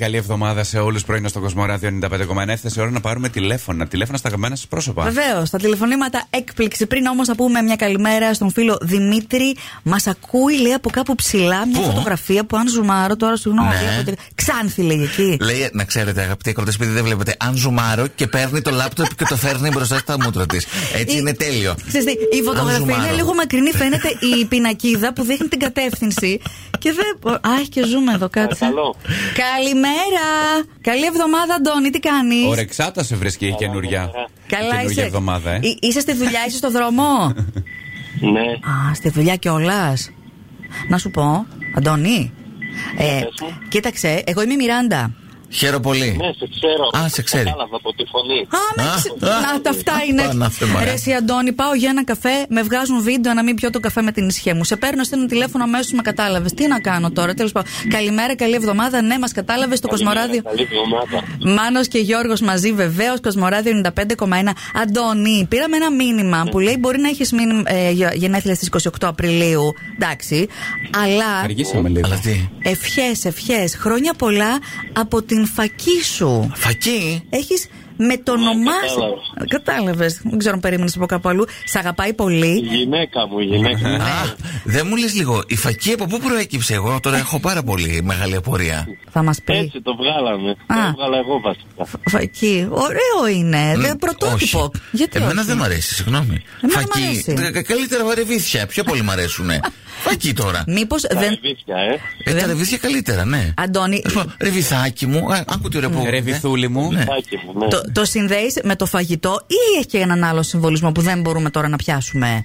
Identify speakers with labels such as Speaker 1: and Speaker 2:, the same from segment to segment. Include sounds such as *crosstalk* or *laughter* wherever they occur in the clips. Speaker 1: Καλή εβδομάδα σε όλους πρωινό στο Κοσμοράδιο 95,1. Έφτασε η ώρα να πάρουμε τηλέφωνα. Τηλέφωνα στα αγαπημένα σας πρόσωπα.
Speaker 2: Βεβαίως, τα τηλεφωνήματα έκπληξη. Πριν όμως να πούμε μια καλημέρα στον φίλο Δημήτρη, μας ακούει λέει από κάπου ψηλά μια
Speaker 3: Πού?
Speaker 2: φωτογραφία που αν ζουμάρω τώρα, συγγνώμη.
Speaker 3: Ναι.
Speaker 2: λέει, από την- Ξάνθη λέει εκεί.
Speaker 3: Λέει, να ξέρετε, αγαπητοί ακροτέ, επειδή δεν βλέπετε, αν ζουμάρω και παίρνει το λάπτοπ και το φέρνει μπροστά στα μούτρα της. Έτσι
Speaker 2: Η-
Speaker 3: είναι τέλειο.
Speaker 2: Ξέρεις τι, η φωτογραφία
Speaker 3: ζουμάρω.
Speaker 2: είναι λίγο μακρινή. Φαίνεται η πινακίδα που δείχνει την κατεύθυνση. Και δεν. Α, έχει και ζούμε εδώ, κάτσε.
Speaker 4: Παρακαλώ.
Speaker 2: Καλημέρα! Καλή εβδομάδα, Αντώνη, τι κάνεις.
Speaker 1: Ορεξάτα σε βρίσκει η καινούργια.
Speaker 4: καλά.
Speaker 1: η
Speaker 2: Καλά
Speaker 1: καινούργια
Speaker 2: είσαι.
Speaker 1: εβδομάδα, ε.
Speaker 2: Εί- Είσαι στη δουλειά, είσαι στο δρόμο.
Speaker 4: Ναι,
Speaker 2: Α, στη δουλειά κιόλας. Να σου πω, Αντώνη. Ε,
Speaker 4: πες μου.
Speaker 2: κοίταξε, εγώ είμαι η Μιράντα.
Speaker 3: Χαίρο πολύ.
Speaker 4: ναι, σε ξέρω.
Speaker 3: Α, σε ξέρει.
Speaker 4: Κατάλαβα από τη φωνή.
Speaker 2: Α, με
Speaker 3: Α,
Speaker 2: ξε-
Speaker 3: α,
Speaker 2: να τα αυτά είναι.
Speaker 3: Παναθεμά.
Speaker 2: Ρε, εσύ, Αντώνη, πάω για ένα καφέ, με βγάζουν βίντεο να μην πιω το καφέ με την ισχύ μου. Σε παίρνω, στέλνω τηλέφωνο αμέσως, με κατάλαβες. Τι να κάνω τώρα, τέλος πάντων. Καλημέρα, καλή εβδομάδα. Ναι, μας κατάλαβες το
Speaker 4: Καλημέρα,
Speaker 2: Κοσμοράδιο.
Speaker 4: Καλή εβδομάδα.
Speaker 2: Μάνος και Γιώργος μαζί, βεβαίως, Κοσμοράδιο 95,1. Αντώνη, πήραμε ένα μήνυμα που λέει μπορεί να έχεις ε, γε- γενέθλια στις 28 Απριλίου. Εντάξει. Αλλά
Speaker 1: Αργήσαμε λίγο.
Speaker 3: Αλλά τι.
Speaker 2: ευχές, ευχές, χρόνια πολλά από την φακή σου.
Speaker 3: Φακί.
Speaker 2: Έχει
Speaker 4: Ναι,
Speaker 2: μετονομάσει. Κατάλαβες. Δεν ξέρω αν περίμενες από κάπου αλλού. Σ' αγαπάει
Speaker 4: Η
Speaker 2: πολύ.
Speaker 4: γυναίκα μου, η γυναίκα μου.
Speaker 3: Α, δεν μου λες λίγο, η φακή από πού προέκυψε εγώ, τώρα έχω πάρα πολύ μεγάλη απορία.
Speaker 2: Θα μας πει.
Speaker 4: Έτσι το βγάλαμε. Το βγάλα εγώ βασικά.
Speaker 2: Φακή. Ωραίο είναι. Δεν
Speaker 3: Μ,
Speaker 2: Ε, πρωτότυπο.
Speaker 3: όχι.
Speaker 2: Γιατί
Speaker 3: Εμένα
Speaker 2: όχι?
Speaker 3: δεν μου αρέσει, συγγνώμη.
Speaker 2: Εμένα μ'
Speaker 3: Φακί.
Speaker 2: αρέσει.
Speaker 3: Κα- Καλύτερα βαρεβίθια. Πιο πολύ μου αρέσουν. Φακί τώρα.
Speaker 2: Μήπως
Speaker 4: Τα
Speaker 2: δεν.
Speaker 4: ρεβίθια, ε.
Speaker 3: Ε, τα ρεβίθια καλύτερα, ναι.
Speaker 2: Αντώνη,
Speaker 3: Ας πω, Ρε βυθάκι μου, α, άκου τι ωραία που.
Speaker 1: Ρε βυθούλη μου.
Speaker 3: Ναι.
Speaker 4: Τάκι μου, ναι.
Speaker 2: το, το συνδέεις με το φαγητό ή έχει και έναν άλλο συμβολισμό που δεν μπορούμε τώρα να πιάσουμε.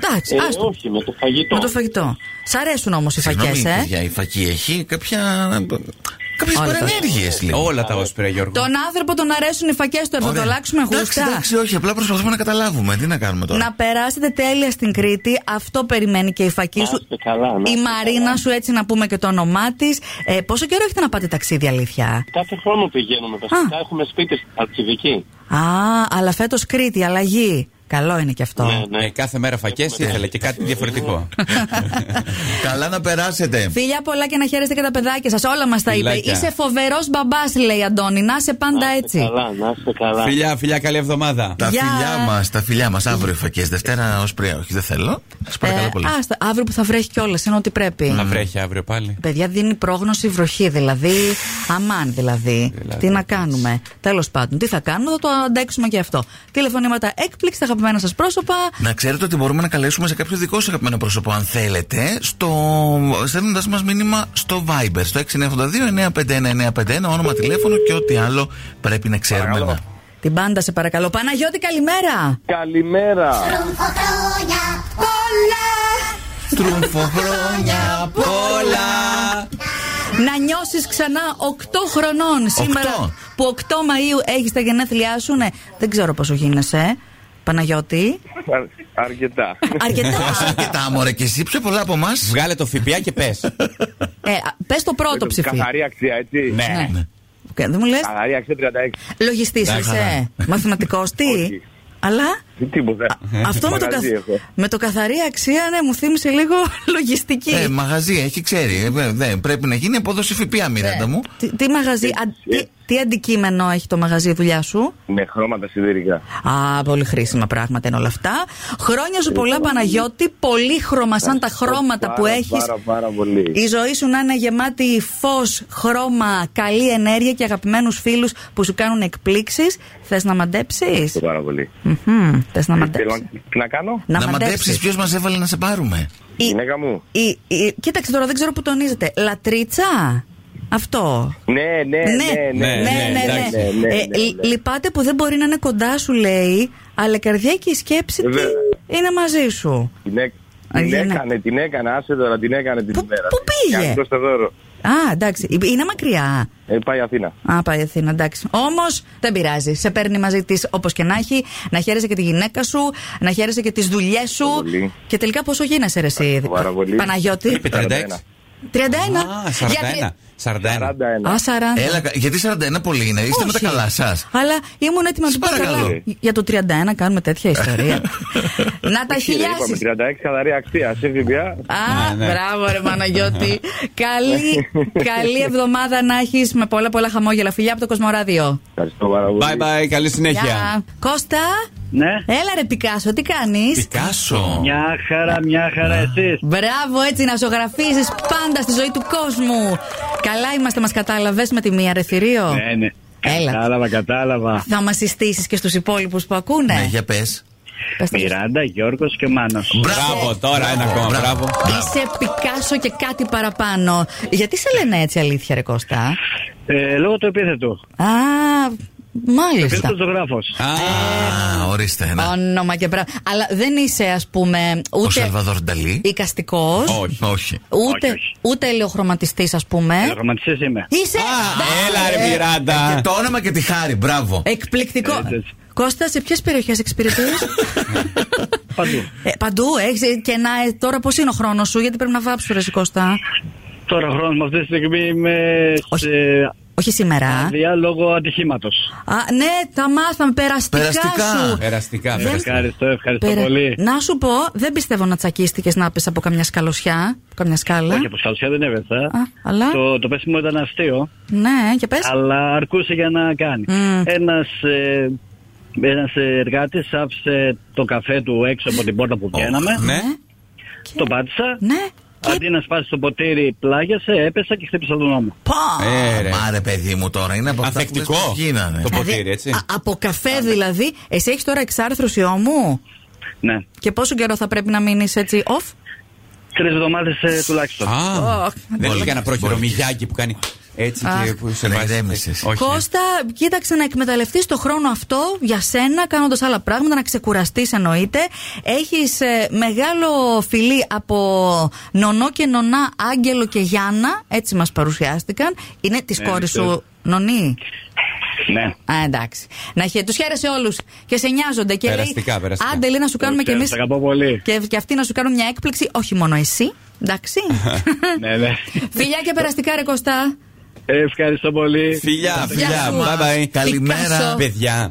Speaker 2: Εντάξει,
Speaker 4: Ε,
Speaker 2: άστο.
Speaker 4: όχι, με το φαγητό.
Speaker 2: Με το φαγητό. Σ' αρέσουν όμως οι
Speaker 3: Συγγνώμη,
Speaker 2: φακές, ε.
Speaker 3: παιδιά, η φακή έχει κάποια. κάποιες
Speaker 2: Όλα τα-
Speaker 3: παρενέργειε λίγο.
Speaker 1: Όλα τα όσπρια, Γιώργο.
Speaker 2: Τον άνθρωπο τον αρέσουν οι φακές του, θα το
Speaker 3: Ωραία.
Speaker 2: αλλάξουμε
Speaker 3: Εντάξει,
Speaker 2: γούστα.
Speaker 3: εντάξει, όχι, απλά προσπαθούμε να καταλάβουμε. Τι να κάνουμε τώρα.
Speaker 2: Να περάσετε τέλεια στην Κρήτη. Αυτό περιμένει και η φακή
Speaker 4: Να
Speaker 2: σου.
Speaker 4: είστε καλά, να
Speaker 2: η
Speaker 4: είστε
Speaker 2: Μαρίνα
Speaker 4: καλά.
Speaker 2: σου, έτσι να πούμε και το όνομά της. Ε, πόσο καιρό έχετε να πάτε ταξίδι, αλήθεια.
Speaker 4: Κάθε χρόνο πηγαίνουμε βασικά.
Speaker 2: Α.
Speaker 4: Έχουμε σπίτι στην Αρκηδική.
Speaker 2: Α, αλλά φέτος Κρήτη, αλλαγή. Καλό είναι και αυτό.
Speaker 4: Ναι,
Speaker 1: Ε,
Speaker 4: ναι.
Speaker 1: κάθε μέρα φακές ήθελε και κάτι διαφορετικό.
Speaker 3: Καλά να περάσετε.
Speaker 2: *laughs* Φιλιά πολλά και να χαίρεστε και τα παιδάκια σας. Όλα μας τα είπε.
Speaker 1: Φιλάκια.
Speaker 2: Είσαι φοβερός μπαμπάς, λέει Αντώνη. Να είσαι πάντα
Speaker 4: Να είστε
Speaker 2: έτσι.
Speaker 4: καλά, να είστε καλά.
Speaker 1: φιλιά, φιλιά, καλή εβδομάδα.
Speaker 3: Τα
Speaker 2: Γεια.
Speaker 3: φιλιά μας, τα φιλιά μας. Αύριο φακές. Δευτέρα ως πριν. Όχι, δεν θέλω. Σας παρακαλώ πολύ.
Speaker 2: Ε, άστα, αύριο που θα βρέχει κιόλας, είναι ό,τι πρέπει.
Speaker 1: Θα βρέχει αύριο πάλι.
Speaker 2: Παιδιά δίνει πρόγνωση βροχή, δηλαδή. Αμάν, δηλαδή.
Speaker 1: Δηλαδή,
Speaker 2: τι να κάνουμε. Τέλος πάντων, τι θα κάνουμε, θα το αντέξουμε και αυτό. Τηλεφωνήματα έκπληξη, τα αγαπημένα σας πρόσωπα.
Speaker 3: Να ξέρετε ότι μπορούμε να καλέσουμε σε κάποιο δικό σας αγαπημένο πρόσωπο, αν θέλετε, στο... στέλνοντας μας μήνυμα στο Viber, στο 692-951-951, όνομα τηλέφωνο και ό,τι άλλο πρέπει να ξέρουμε.
Speaker 5: Παρακαλώ.
Speaker 3: Να-
Speaker 2: Την πάντα σε παρακαλώ. Παναγιώτη, καλημέρα.
Speaker 5: Καλημέρα.
Speaker 6: Τρομφοχρόνια πολλά
Speaker 3: Τρούμφο χρόνια πολλά.
Speaker 2: Να νιώσεις ξανά 8 χρονών σήμερα.
Speaker 3: Οκτώ.
Speaker 2: Που 8 Μαου έχεις τα γενέθλιά σου, ναι. Δεν ξέρω πόσο γίνεσαι. ε. Παναγιώτη.
Speaker 5: Α- Αρκετά.
Speaker 2: Αρκετά.
Speaker 3: *laughs* Αρκετά, μωρέ, και εσύ πιο πολλά από εμάς.
Speaker 1: Βγάλε το ΦΠΑ και πες.
Speaker 2: ε, πες το πρώτο ψηφί.
Speaker 5: Καθαρή αξία, έτσι.
Speaker 1: ναι.
Speaker 2: Ναι. Οκ, Δεν μου λες.
Speaker 5: Καθαρή αξία 36.
Speaker 2: Λογιστή είσαι. Μαθηματικός, τι.
Speaker 5: Ναι, Όχι.
Speaker 2: Αλλά.
Speaker 5: Τι Τίποτα.
Speaker 2: Α, Αυτό με το, καθ...
Speaker 5: Μαγαζί έχω.
Speaker 2: με το καθαρή αξία, ναι, μου θύμισε λίγο *laughs* λογιστική.
Speaker 3: Ε, μαγαζί, έχει ξέρει. Ε, βέ- δε, πρέπει να γίνει απόδοση ΦΠΑ, Μιράντα μου.
Speaker 2: τι, τι μαγαζί,
Speaker 5: Ε,
Speaker 2: α, τι, τι αντικείμενο έχει το μαγαζί η δουλειά σου.
Speaker 5: Με χρώματα σιδηρικά.
Speaker 2: Α, πολύ χρήσιμα πράγματα είναι όλα αυτά. Χρόνια
Speaker 5: Ε,
Speaker 2: σου πολλά, Παναγιώτη. Πολύ χρώμα, σαν τα χρώματα που
Speaker 5: Πάρα,
Speaker 2: έχεις.
Speaker 5: Πάρα, πάρα πολύ.
Speaker 2: Η ζωή σου να είναι γεμάτη φως, χρώμα, καλή ενέργεια και αγαπημένους φίλους που σου κάνουν εκπλήξεις. Θες να μαντέψεις.
Speaker 5: Πάρα πολύ.
Speaker 2: Θες να
Speaker 5: Ε, Θέλω
Speaker 2: μαντέψει.
Speaker 5: να- Τι να κάνω,
Speaker 3: Να μαντέψει ποιος μας έβαλε να σε πάρουμε.
Speaker 2: Η-
Speaker 5: γυναίκα μου.
Speaker 2: η- η- Κοίταξε τώρα, δεν ξέρω που τονίζετε. Λατρίτσα. Αυτό.
Speaker 5: Ναι, ναι, ναι,
Speaker 1: ναι, ναι, εντάξει.
Speaker 2: ναι.
Speaker 5: ναι,
Speaker 2: Ε,
Speaker 5: ναι,
Speaker 2: λυ-
Speaker 5: ναι.
Speaker 2: Λυπάται που δεν μπορεί να είναι κοντά σου, λέει, αλλά η καρδιά και η σκέψη
Speaker 5: Βέβαια.
Speaker 2: τη είναι μαζί σου.
Speaker 5: Την έκ-
Speaker 2: Α,
Speaker 5: Την
Speaker 2: γυναίκα.
Speaker 5: έκανε, την έκανε, άσε τώρα, την έκανε την
Speaker 2: Πού-
Speaker 5: ημέρα.
Speaker 2: πού πήγε?
Speaker 5: Κάνει το δώρο.
Speaker 2: Α, εντάξει. Είναι μακριά.
Speaker 5: Ε, πάει Αθήνα.
Speaker 2: Α, πάει η Αθήνα, εντάξει. Όμως δεν πειράζει. Σε παίρνει μαζί της όπως και να έχει. Να χαίρεσαι και τη γυναίκα σου, να χαίρεσαι και τις δουλειές σου.
Speaker 5: Πολύ.
Speaker 2: Και τελικά πόσο γίνεσαι, ρε, εσύ,
Speaker 5: Πάρα πολύ.
Speaker 2: Παναγιώτη.
Speaker 1: Είπε 36.
Speaker 2: 31.
Speaker 1: Α, 41.
Speaker 2: Για,
Speaker 1: 41.
Speaker 5: 41.
Speaker 2: Α, 40.
Speaker 3: Έλα, κα- γιατί 41 πολύ είναι, είστε με τα
Speaker 2: Όχι.
Speaker 3: καλά σας.
Speaker 2: Αλλά ήμουν έτοιμη να
Speaker 3: Σας
Speaker 2: του πω
Speaker 3: παρακαλώ.
Speaker 2: καλά. Για το 31 κάνουμε τέτοια ιστορία. να τα
Speaker 5: Κύριε, Είπαμε
Speaker 2: χιλιάσεις.
Speaker 5: 36 καθαρή αξία. Σε ΦΠΑ.
Speaker 2: Α,
Speaker 1: Ναι, ναι.
Speaker 2: μπράβο ρε Παναγιώτη. καλή, καλή εβδομάδα να έχεις με πολλά πολλά χαμόγελα. Φιλιά από το Κοσμοράδιο.
Speaker 5: Ευχαριστώ πάρα πολύ.
Speaker 1: Bye bye, καλή συνέχεια.
Speaker 2: Γεια. Κώστα,
Speaker 7: Ναι.
Speaker 2: έλα ρε Πικάσο, τι κάνεις
Speaker 1: Πικάσο.
Speaker 7: Μια χαρά, μια χαρά εσείς.
Speaker 2: Μπράβο, έτσι να ζωγραφίζεις πάντα στη ζωή του κόσμου. Καλά είμαστε, μας κατάλαβες με τη μία ρε θηρίο.
Speaker 7: Ναι, ναι.
Speaker 2: Έλα.
Speaker 7: Κατάλαβα, κατάλαβα.
Speaker 2: Θα μας συστήσεις και στους υπόλοιπους που ακούνε.
Speaker 3: Ναι, για πες.
Speaker 2: Πες τα
Speaker 7: Μιράντα, Γιώργος και Μάνος.
Speaker 1: Μπράβο, τώρα ένα ακόμα, μπράβο.
Speaker 2: Είσαι Πικάσο και κάτι παραπάνω. Γιατί σε λένε έτσι αλήθεια, ρε Κώστα.
Speaker 7: Ε, λόγω του επίθετου.
Speaker 2: Α, μάλιστα.
Speaker 7: Επίθετος ζωγράφος.
Speaker 1: Α,
Speaker 3: Α, ορίστε. ναι.
Speaker 2: Όνομα και πράγμα. Αλλά δεν είσαι, ας πούμε,
Speaker 3: Ο
Speaker 2: Λοιπόν, ούτε Ε-
Speaker 3: Σαλβαδόρ Νταλή.
Speaker 2: οικαστικός,
Speaker 1: όχι.
Speaker 3: Όχι.
Speaker 2: ούτε,
Speaker 7: Όχι, όχι. ούτε
Speaker 2: ούτε ελαιοχρωματιστής, ας πούμε.
Speaker 7: Δραματιστής είμαι.
Speaker 2: Είσαι.
Speaker 1: Α,
Speaker 2: Μπράβο,
Speaker 1: έλα ρε Μιράντα.
Speaker 3: Ε, Και το όνομα και τη χάρη, μπράβο.
Speaker 1: Ε-
Speaker 2: Εκπληκτικό.
Speaker 7: Έτσι, έτσι.
Speaker 2: Κώστα, σε ποιες περιοχές εξυπηρετείς.
Speaker 7: Παντού.
Speaker 2: Ε, παντού, έχεις και να. ε, τώρα πώς είναι ο χρόνος σου, γιατί πρέπει να βάψω, ρε εσύ, Κώστα.
Speaker 7: Τώρα χρόνος μου αυτή τη στιγμή είμαι
Speaker 2: Όχι.
Speaker 7: σε
Speaker 2: Όχι σήμερα.
Speaker 7: άδεια λόγω ατυχήματος.
Speaker 2: Α, ναι, τα μάθαμε. Περαστικά,
Speaker 3: Περαστικά.
Speaker 2: σου.
Speaker 1: Περαστικά, Ε,
Speaker 3: Ναι.
Speaker 2: Δεν-
Speaker 1: περαστικά.
Speaker 7: Ευχαριστώ, ευχαριστώ
Speaker 2: Περα-
Speaker 7: πολύ.
Speaker 2: Να σου πω, δεν πιστεύω να τσακίστηκες να πεις από καμιά σκαλωσιά. από Καμιά σκάλα.
Speaker 7: Όχι, από σκαλωσιά δεν έβεθα.
Speaker 2: Α, αλλά?
Speaker 7: Το, το πέσιμο ήταν αστείο,
Speaker 2: Ναι, και πες.
Speaker 7: αλλά αρκούσε για να κάνει.
Speaker 2: Μμμ.
Speaker 7: Ένας, ε, ένας εργάτης άφησε το καφέ του έξω από την πόρτα που βγαίναμε.
Speaker 1: Ναι.
Speaker 7: Το πάτησα.
Speaker 2: Ναι. Και
Speaker 7: Αντί να σπάσει το ποτήρι, πλάγιασε, έπεσα και χτύπησα τον νόμο.
Speaker 2: Πω.
Speaker 1: Ε, ρε.
Speaker 3: Μάρε, παιδί μου τώρα, είναι από αυτά που λες
Speaker 1: Ανθεκτικό.
Speaker 3: πως γίνανε.
Speaker 1: Το
Speaker 2: Δηλαδή,
Speaker 1: ποτήρι, έτσι.
Speaker 2: α- από καφέ δηλαδή. Εσύ έχεις τώρα εξάρθρωση ώμου.
Speaker 7: Ναι.
Speaker 2: Και πόσο καιρό θα πρέπει να μείνεις έτσι off.
Speaker 7: Τρεις εβδομάδες ε, τουλάχιστον.
Speaker 1: Α,
Speaker 2: Ω,
Speaker 1: δεν
Speaker 3: Μπόλικες,
Speaker 1: είχε κανένα πρόχειρο
Speaker 3: μπόλικες.
Speaker 1: μιγιάκι που κάνει έτσι και
Speaker 2: Αχ.
Speaker 1: που σε
Speaker 3: Ναι,
Speaker 1: βάζει.
Speaker 3: ηρέμησες.
Speaker 1: Όχι, ναι.
Speaker 2: Κώστα, κοίταξε να εκμεταλλευτείς το χρόνο αυτό για σένα, κάνοντας άλλα πράγματα, να ξεκουραστείς εννοείται. Έχεις μεγάλο φιλί από νονό και νονά, Άγγελο και Γιάννα. Έτσι μας παρουσιάστηκαν. Είναι της
Speaker 7: Ναι,
Speaker 2: κόρης σου,
Speaker 7: ξέρω.
Speaker 2: νονή.
Speaker 7: Ναι.
Speaker 2: Α, εντάξει. Να χε... Τους χαίρεσε όλους και σε νοιάζονται. Και
Speaker 1: Περαστικά,
Speaker 2: λέει,
Speaker 1: περαστικά.
Speaker 2: Άντε, λέει, να σου κάνουμε κι εμείς.
Speaker 7: Σε αγαπώ πολύ.
Speaker 2: Και, και αυτοί να σου κάνουν μια έκπληξη, όχι μόνο εσύ.
Speaker 1: *laughs*
Speaker 2: Εντάξει.
Speaker 7: ναι, ναι. Ε,
Speaker 2: Φιλιά και περαστικά, ρε Κωστά.
Speaker 7: Ευχαριστώ πολύ.
Speaker 1: Φιλιά,
Speaker 2: Γεια
Speaker 1: φιλιά,
Speaker 2: σου.
Speaker 1: bye bye.
Speaker 3: Καλημέρα.
Speaker 2: Πικάσο.
Speaker 1: Παιδιά,